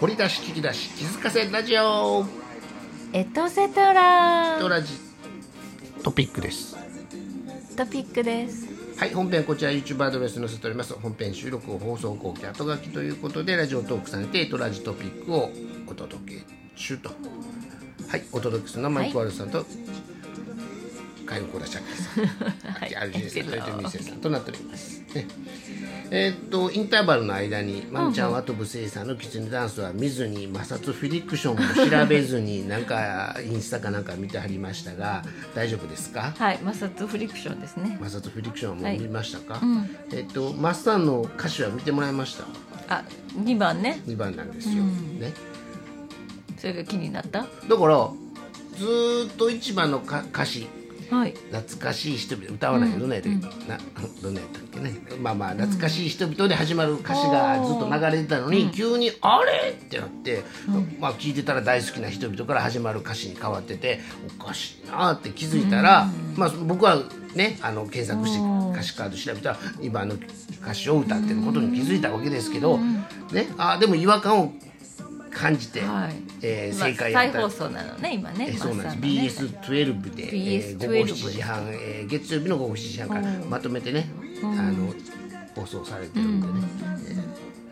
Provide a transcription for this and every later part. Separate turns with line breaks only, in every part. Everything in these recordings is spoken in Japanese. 掘り出し聞き出し気づかせラジオ
エトセトラ
ドラジトピックです
トピックです
はい本編こちら YouTube アドレスに載せております本編収録を放送後期後書きということでラジオトークされてエトラジトピックをお届け中とはいお届けするのはマイクワルドさんと、海外小田社会さん
はい
アルジェさん、トヨタミセさん
エ
となっております。ねえーっとインターバルの間にまんちゃんはとぶせいさんのキツネダンスは見ずに摩擦フィリクションも調べずになんかインスタかなんか見てはりましたが大丈夫ですか
はい摩擦フリクションですね
摩擦フィリクションはも
は
う
い
見ましたか、えーっとマスさんの歌詞は見てもらいました
あ二番ね
2番なんですよ、ね
それが気になった
だからずーっと1番のか歌詞
はい
懐かしい人々歌わないよどんなやったっけ、などんなやったっけねまあまあ懐かしい人々で始まる歌詞がずっと流れてたのに、急に「あれ?」ってなって、まあ聞いてたら大好きな人々から始まる歌詞に変わってておかしいなって気づいたら、まあ僕はねあの検索して歌詞カード調べたら今の歌詞を歌ってることに気づいたわけですけど、ねあでも違和感を感じて、
はい
えー
まあ
正解や
再
った
放送なのね今ね
えそうなん
マ
です、
スさのね
BS12 で、えー午後
BS12
7時半、えー月曜日の午後7時半からまとめてね、あの放送されてるんでね、え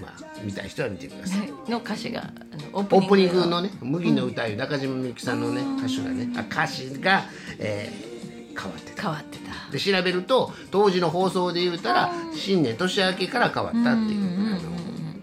ーまあ見たい人は見てください、
はいの歌詞があの
オープニングのね「麦の歌」いう中島みゆきさんのね歌手がねあ歌詞が、えー変わってた
変わってた
で調べると当時の放送で言うたら新年年明けから変わったっていう、あの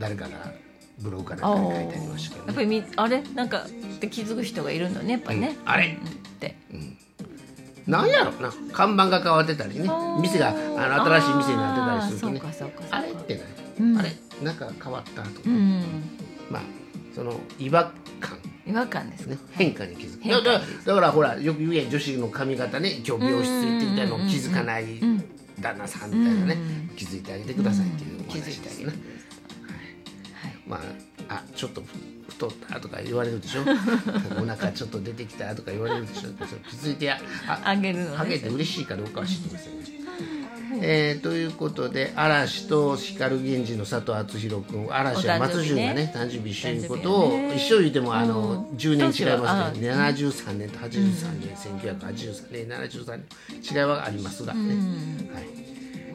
誰かがブログかなんかに書いてありましたけど
やっ
ね
ぱりみあれなんかって気づく人がいるのねやっぱね、
うんあれ
うんって
なんやろな看板が変わってたりね
あー
店があの新しい店になってたりすると
あー
ね
そうかそうかそうか
あれってない、
うん
あれなんか変わったとか、
うん
まあその違和感
違和感です
ね
ね
変化に気づく
変
だ
化
からだからほらよく言うやん女子の髪型ね今日美容室行ってみたいの気づかない旦那さんみたいなね気づいてあげてくださいっていうお
気づい
話
て
で
あ
す
げ
ね
るはい
まあ、あちょっと太ったとか言われる でしょお腹ちょっと出てきたとか言われるでしょ気づいてやあ
あげるのね
あげて嬉しいかどうかは知りませんね、えーということで嵐と光源氏の佐藤敦弘君嵐は
お誕生
松
日
潤が
ね
ね誕生日一緒いうことを、
誕生日ね
一緒言うてもあの、
うん
10年違います
ど
ね73年と83年、1983年73年違いはありますがね、はい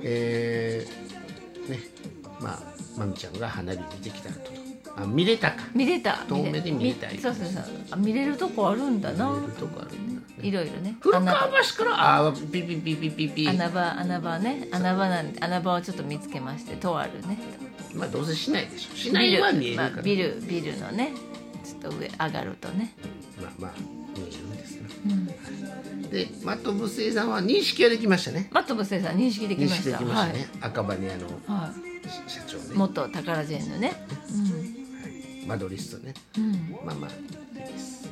えーねまあまみちゃんが花火見てきたとあ見れたか
見れた
遠目で見れ
み
たり
そうそうそうあ見れるとこあるんだな
見れるとこあるんだね
いろいろね
古
穴
川
場
橋からあーピピピピピピ
穴場穴場ね穴場なん穴場をちょっと見つけましてとあるね
まあどうせしないでしょしないは見える
ま
から、
あ、ビルビルのねちょっと上上がるとね
まあまあ見えるんですね、でマットブスイさんは認識ができましたね
マットブセさん認識でき
認
ま
識
し
で
た
きましたね、赤羽屋の
はい、は
社長
い、
ね
元宝ジェーンのね
マドリストね
うん、うん、
まあまあいいです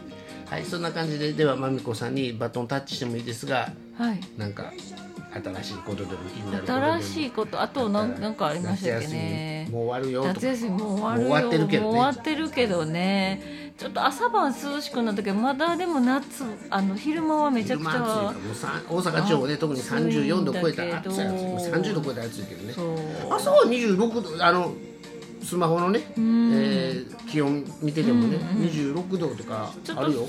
はいそんな感じでではまみこさんにバトンタッチしてもいいですが
はい
なんか新しいことでも気になることでも
新しいことあとなんなんかありましたっけ
夏休
ね
みもう終わるよとか
夏休みもう終
もう
わ
終わって
るよ
るけどね
もう終わってるけどねちょっと朝晩涼しくなったけどまだでも夏あの昼間はめちゃくち
昼間暑い
ゃ
からもうさ大阪地方ね特に34度超えたら
暑い
暑
ん
い
だけ
暑い
ど
もう30度超えたら暑いけどね
そう
朝は26度あのスマホのね、えー気温見ててもね、26度とか
ちょっ
あるよ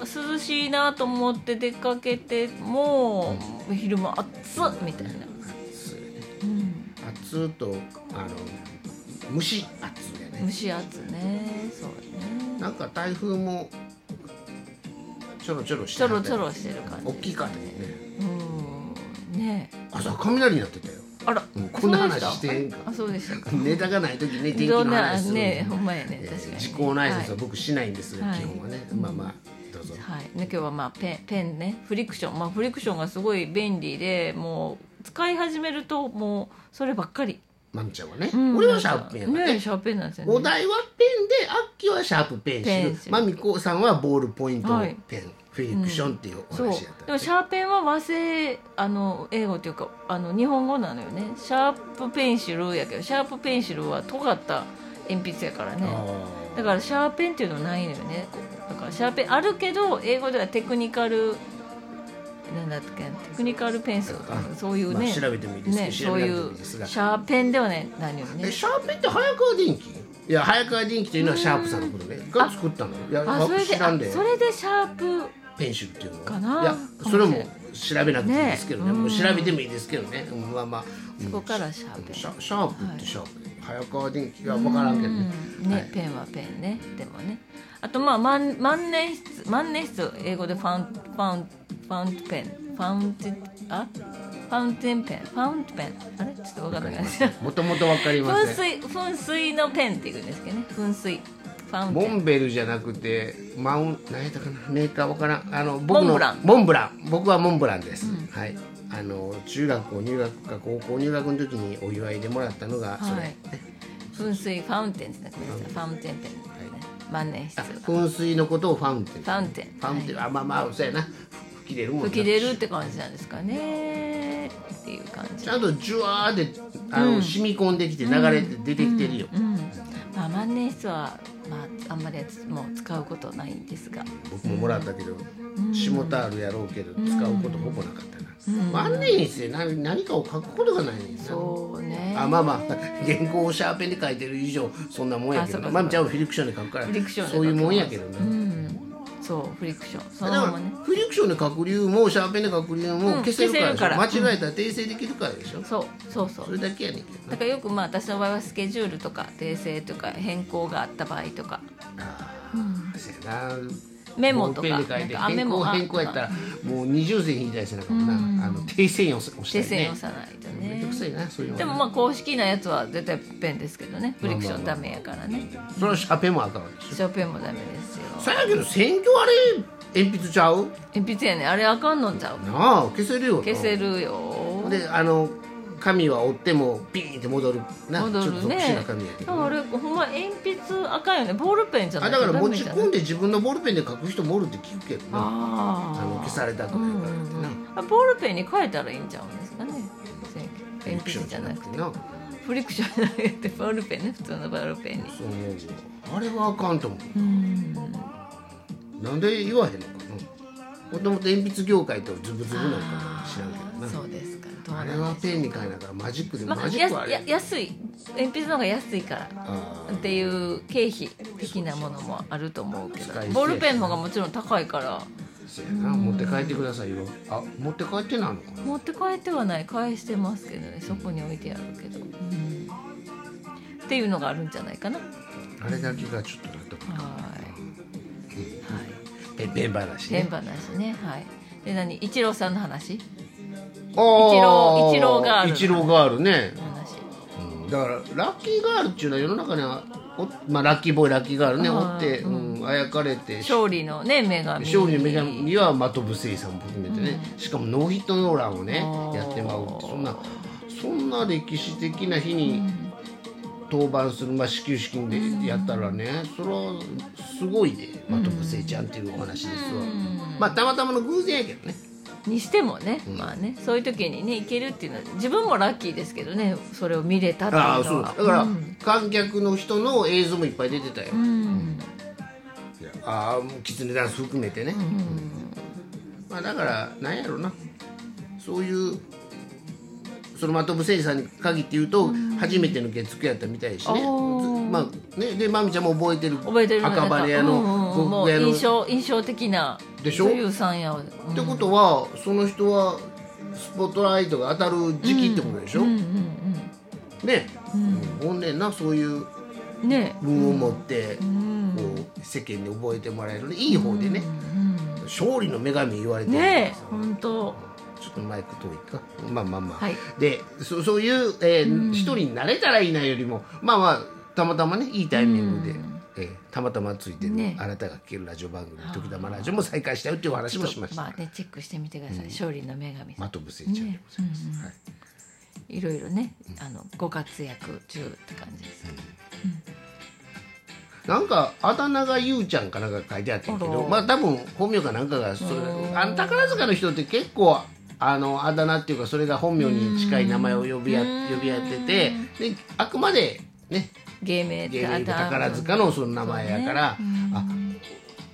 と涼しいなと思って出かけても昼間暑っみたいな、
暑いね
うん、
暑いとあの蒸し暑いよ
蒸
ね
し暑ねそうね
なんか台風もちょろちょろし
ち
て
ょ
はったよ
ろちょろしてる感じ
大きいかったよね
うんねえ
朝雷にな ってたよ
あら
うんこんな話
そうで
してへんか
あそうでしたか
ネタがない時ね天気
ど
の
んな
話するの
ねほんまやね
えー
確かにね
時効の挨拶
は
は僕しないんですが、
はい
基本はね、まあまあどうぞ
はい、ね今日はまあペンペンねフリクション、まあ、フリクションがすごい便利でもう使い始めるともうそればっかり、
まみちゃんはね、
うん
俺はシャープペンやからね
ねシャープペンなんですよね
お題はペンでアッキーはシャープペンシ
ペ
ル
ンシル
まみこさんはボールポイント
はい
ペン、フィクションっていうお
そう
話やった
でもシャーペンは和製あの英語というかあの日本語なのよねシャープペンシルやけどシャープペンシルは尖った鉛筆やからねだからシャーペンっていうのはないのよねこうだからシャーペンあるけど英語ではテクニカルなんだっけテクニカルペンス
あ
そういうね、
まあ調べてもいいですけど
ね
調
そう
べ
い
なくても
う
いいです
シ
が
ャーペンではないないのよ
え
ね
シャーペンって早川電機いや早川人気というのはシャープさんのことねが作ったのよいや
あそれで
知らん
あ
で
それでシャープ
ペンシルっていうのは
かない
やそれ
かも
も調べなくていいですけどね
ね
もう調べてもいいですけどねうんまあまあ、うん
そこからシャープ
シャシャープってシャープ、早川電気は分からんけどね,、
うんね、ペンはペンねでもねあとまあ万万年筆万年筆英語でファンファンファンペンファンテあファウンテンペンファウンテンペンあれちょっと分かんないです
はい、もともと分かりま
噴
せん
水噴水のペンっていうんですけどね噴水ファウン
モ
テン
ンベルじゃなくてマウン何やったかなメーカー分からんあの僕の
モンブラン
モンブラン僕はモンブランです、はいあの中学校入学か高校入学の時にお祝いでもらったのがそれ、
はい噴水ファウンテンってなってましたファウンテンペンですね、万年
あ
筆フ
噴水のことをファウンテン
ァウンテン
ファンって、あまあまあそうやな吹き出るもんな
吹き出るって感じなんですかねっていう感じ
ちゃんとジュワーであの、染み込んできて流れて出てきてるよ、
うんまあ、万年筆は、まあ、あんまりもう使うことないんですが
僕ももらったけど、下田あるやろうけど使うことほぼなかったな、万年筆で何何かを書くことがないねんな
そうね
あまあまあ原稿をシャーペンで書いてる以上そんなもんやけ
あそうか
ど
そうか
まあちゃんはフィリクションで書くから
フィリクションで書
そ
く
ういうもんやけどな、
うん、そうフリクションそ
だ
の
か
ま
ら
まね
フィリクションで書く理由もシャーペンで書く理由も消せるから,、
うん消せるから
間違えたら訂正できるからでしょ、
そうそうそ
そうれだけやねんけど
だからよくまあ私の場合はスケジュールとか訂正とか変更があった場合とか
あーそうやな
メモとか
ボールペンで書いて
なんかあ
変
メ
更
モあ
変更やったらもう二重線引いたりせなあかんなあの訂正を押した
訂
り
正
ね
をさないと
めん
ね
どくさいなそういうの
でもまあ公式なやつは絶対ペンですけどねフ
まあまあ
リクションダメやからね
それはシャーペンもあかんわけでしょ
シャーペンもダメですよ
そやけど選挙あれ鉛筆ちゃう
鉛筆やねあれあかんのんちゃう
なあ消せるよな
消せるよ
であの紙は折ってもピーンって戻るな
戻
ちょっと特
る
殊な
ね
紙やけ
だか
ど
らあれほんま鉛筆あかんよねボールペンじゃな
あ
い
だ
と
から
ダ
持
メ
ち
じゃない
込んで自分のボールペンで書く人もおるって聞くけどな
あ
あ
ー
の消されたとかやからってな
あボールペンに変えたらいいんちゃうんですかね
フィ
鉛
リクショ
筆
ン
じ
じ
ゃ
ゃ
な
な
く
く
て
てな
フリクションじゃなくてボールペンね普通のボールペンに
そう思うよあれはあかんと思う
うん
なんで言わへんのかなもともと鉛筆業界とズブズブなんかな知らんけどな
そうですかどう
あれ
な
は
んでしょ
ペンに変えながらマジックで
うま
マ
あ
ジックはあ
や
れ
や安い鉛筆の方が安いから
あ
っていう経費的なものもあると思うけど
使い捨てやし
ボールペンの方がもちろん高いから
ーそうやな持って帰ってくださいよあ持って帰ってないのかな
持って帰ってはない返してますけどねそこに置いてあるけど、うんっていうのがあるんじゃないかな
あれだけがちょっと納得
はいはい
ペンペン話
連
ね
話ねはいで何一郎さんの話
あー
一郎一郎ガール
一郎ガールね
話
うんだからラッキーガールっていうのは世の中にはおまあラッキーボーイラッキーガールね
あ
お
ー
ってうんあやかれて
勝利のね女神
勝利の女神には的伏せさんも含めてね、しかもノーヒットノーランをね
あー
やってまうってそんなそんな歴史的な日に登板する、まあ、始球式でやったらねそれはすごいで的伏せちゃんっていうお話ですわ、まあたまたまの偶然やけどね
にしてもね、まあねそういう時にね行けるっていうのは自分もラッキーですけどねそれを見れたっていうのは
ああそうだから、観客の人の映像もいっぱい出てたよ、
うん
ああもうキツネダンス含めてね、まあだからなんやろなそういうその的伏せさんに限って言うと、初めての月9やったみたいしね
おー
ずまあねでまみちゃんも覚えてる
覚えてるの
赤羽屋の
うんうんも
呉
う
屋の
印象印象的な
でしょ
女優さんやわ、うん
ってことはその人はスポットライトが当たる時期ってことでしょ、
うんうん
ね、うん、ほんでなそういう
うんね
運を持って、こう世間に覚えてもらえるいい方でね、勝利の女神言われて
え
るんで
ね
す
え
よ
本当
ちょっとマイク遠いかまあまあまあ、
はい
でそそういう、えー一人になれたらいいなよりもまあまあたまたまねいいタイミングで、えーたまたまついてる、
ね
あなたが聴けるラジオ番組「時玉ラジオ」も再開したよっていうお話もしました、
まあねチェックしてみてください、勝利の女神さん
的伏せちゃんでございます、はい
いろいろね、あのご活躍中って感じです。
なんかあだ名がゆうちゃんかなんか書いてあったけ
あ
ど
ら
まあ多分本名かなんかがそれ
うん
あの宝塚の人って結構あのあだ名っていうかそれが本名に近い名前を呼びあ
うん
呼び当ててであくまでね
芸名
芸名が宝塚のその名前やから、あ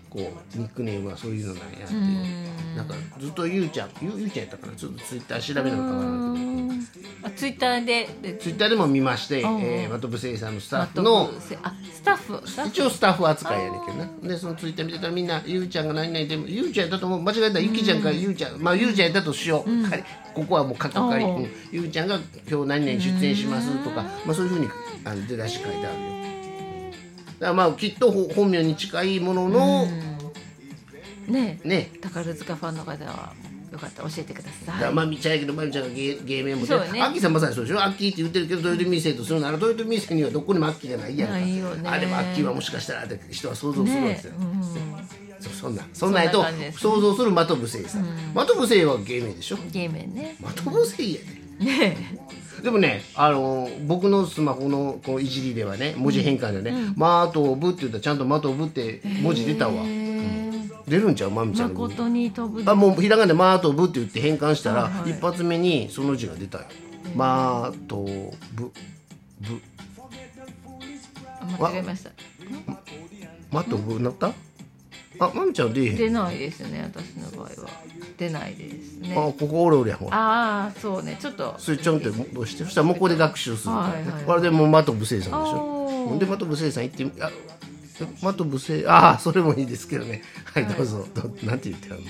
こうニックネームはそういうのなんやっていうなんかずっとゆうちゃんゆゆうちゃんやったからちょっとツイッター調べなのかわからんけど
あ、ツイッターでで
ツイッターでも見まして、
うんうん
えー、マトブセイさんのスタッ
ま
フ
と
の
ぶせあスタッフスタッフ
一応スタッフ扱いやねんけどなでそのツイッター見てたらみんなゆうちゃんが何々でもゆうちゃんやったと思う間違えたらゆきちゃんかゆうちゃん、まあゆうちゃんやったとしよう、仮ここはもう過去仮、
おう
うんゆうちゃんが今日何々出演しますとか、まあ、そういうふうにあの出だし書いてあるよだからまあきっとほ本名に近いものの、
ねえ
ね
宝塚ファンの方はよかったら教えてくだ
だ
さ
から
い
まみちゃんやけどまみちゃんが芸芸名も
そうね
アッキーさんまさにそうでしょアッキーって言ってるけど豊臣店とするなら豊臣店にはどこにもアッキーがないやんか
ないよね
あでもアッキーはもしかしたらって人は想像するんで
ね
す
え、
よ、
う
そそんなそんなんやと
そんな感じです
想像するマトブセイさん、マトブセイは芸名でしょ
ん、ゲーメンね
マトブセイやで
ね
でもね、あの僕のスマホのこういじりではね文字変換でね「マトブ」って言ったらちゃんと「マトブ」って文字出たわ
え、え
出るんちゃうまみちゃんの
誠に飛ぶ
あもうひらがなで「マトブ」って言って変換したら、一発目にその字が出たよ「マトブ」ブ
間違えました
「マトブ」なったあまみちゃん出えへん
出ないですよね私の場合は出ないですね
あここおるおるやんほら
ああそうねちょっと
それちょんって戻してそしたらもうここで学習するからね、
はいはい
あれでもうマトブセイさんでしょ
おー
ほんでマトブセイさん行ってみあマトブセイああそれもいいですけどねはいどうぞ、どなんて言ってあるの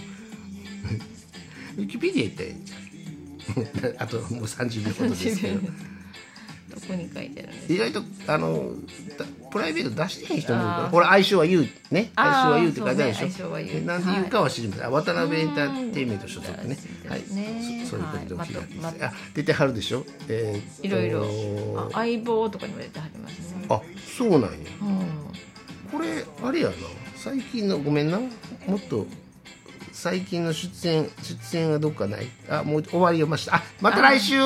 ウィキペディア行ったらいいんじゃん あともう30秒ほどです けど
どこに書いてあるんですか
意外とあのだプライベート出してへん人もいるからほら相性は言うね
あー
相性は言うって書いてあるでし
そ
ょ
うね相性は言う
えなんて言うかは知りません、渡辺エンターテインメント所属ねはい
ね
そそういうことでお開きです、
はいまた
あ出てはるでしょえーっと
いろいろあ相棒とかにも出てはりますね
あそうなんや
うん
これあれやな最近のごめんなもっと最近の出演出演はどっかないあもう終わりをましたあまた来週